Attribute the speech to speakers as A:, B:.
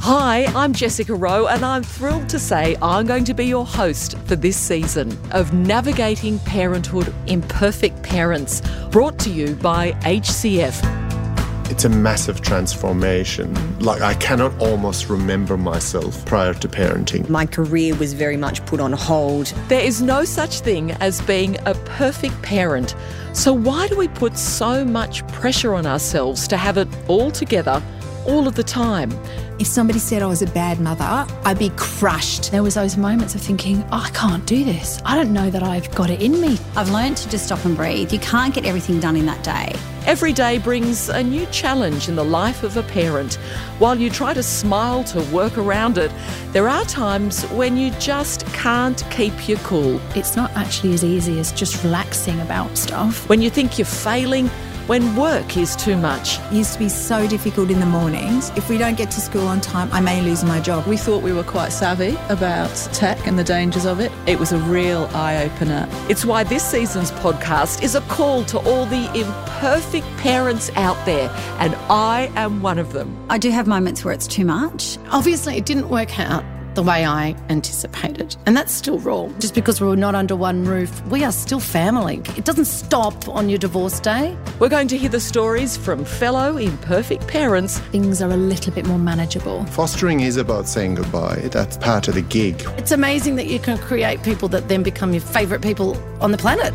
A: Hi, I'm Jessica Rowe, and I'm thrilled to say I'm going to be your host for this season of Navigating Parenthood Imperfect Parents, brought to you by HCF.
B: It's a massive transformation. Like, I cannot almost remember myself prior to parenting.
C: My career was very much put on hold.
A: There is no such thing as being a perfect parent, so why do we put so much pressure on ourselves to have it all together all of the time?
D: If somebody said I was a bad mother, I'd be crushed.
E: There was those moments of thinking, oh, I can't do this. I don't know that I've got it in me. Uh,
F: I've learned to just stop and breathe. You can't get everything done in that day.
A: Every day brings a new challenge in the life of a parent. While you try to smile to work around it, there are times when you just can't keep your cool.
E: It's not actually as easy as just relaxing about stuff.
A: When you think you're failing, when work is too much.
D: It used to be so difficult in the mornings. If we don't get to school on time, I may lose my job.
G: We thought we were quite savvy about tech and the dangers of it. It was a real eye opener.
A: It's why this season's podcast is a call to all the imperfect parents out there, and I am one of them.
F: I do have moments where it's too much.
H: Obviously, it didn't work out the way I anticipated. And that's still wrong. Just because we're not under one roof, we are still family. It doesn't stop on your divorce day.
A: We're going to hear the stories from fellow imperfect parents.
E: Things are a little bit more manageable.
B: Fostering is about saying goodbye. That's part of the gig.
H: It's amazing that you can create people that then become your favourite people on the planet.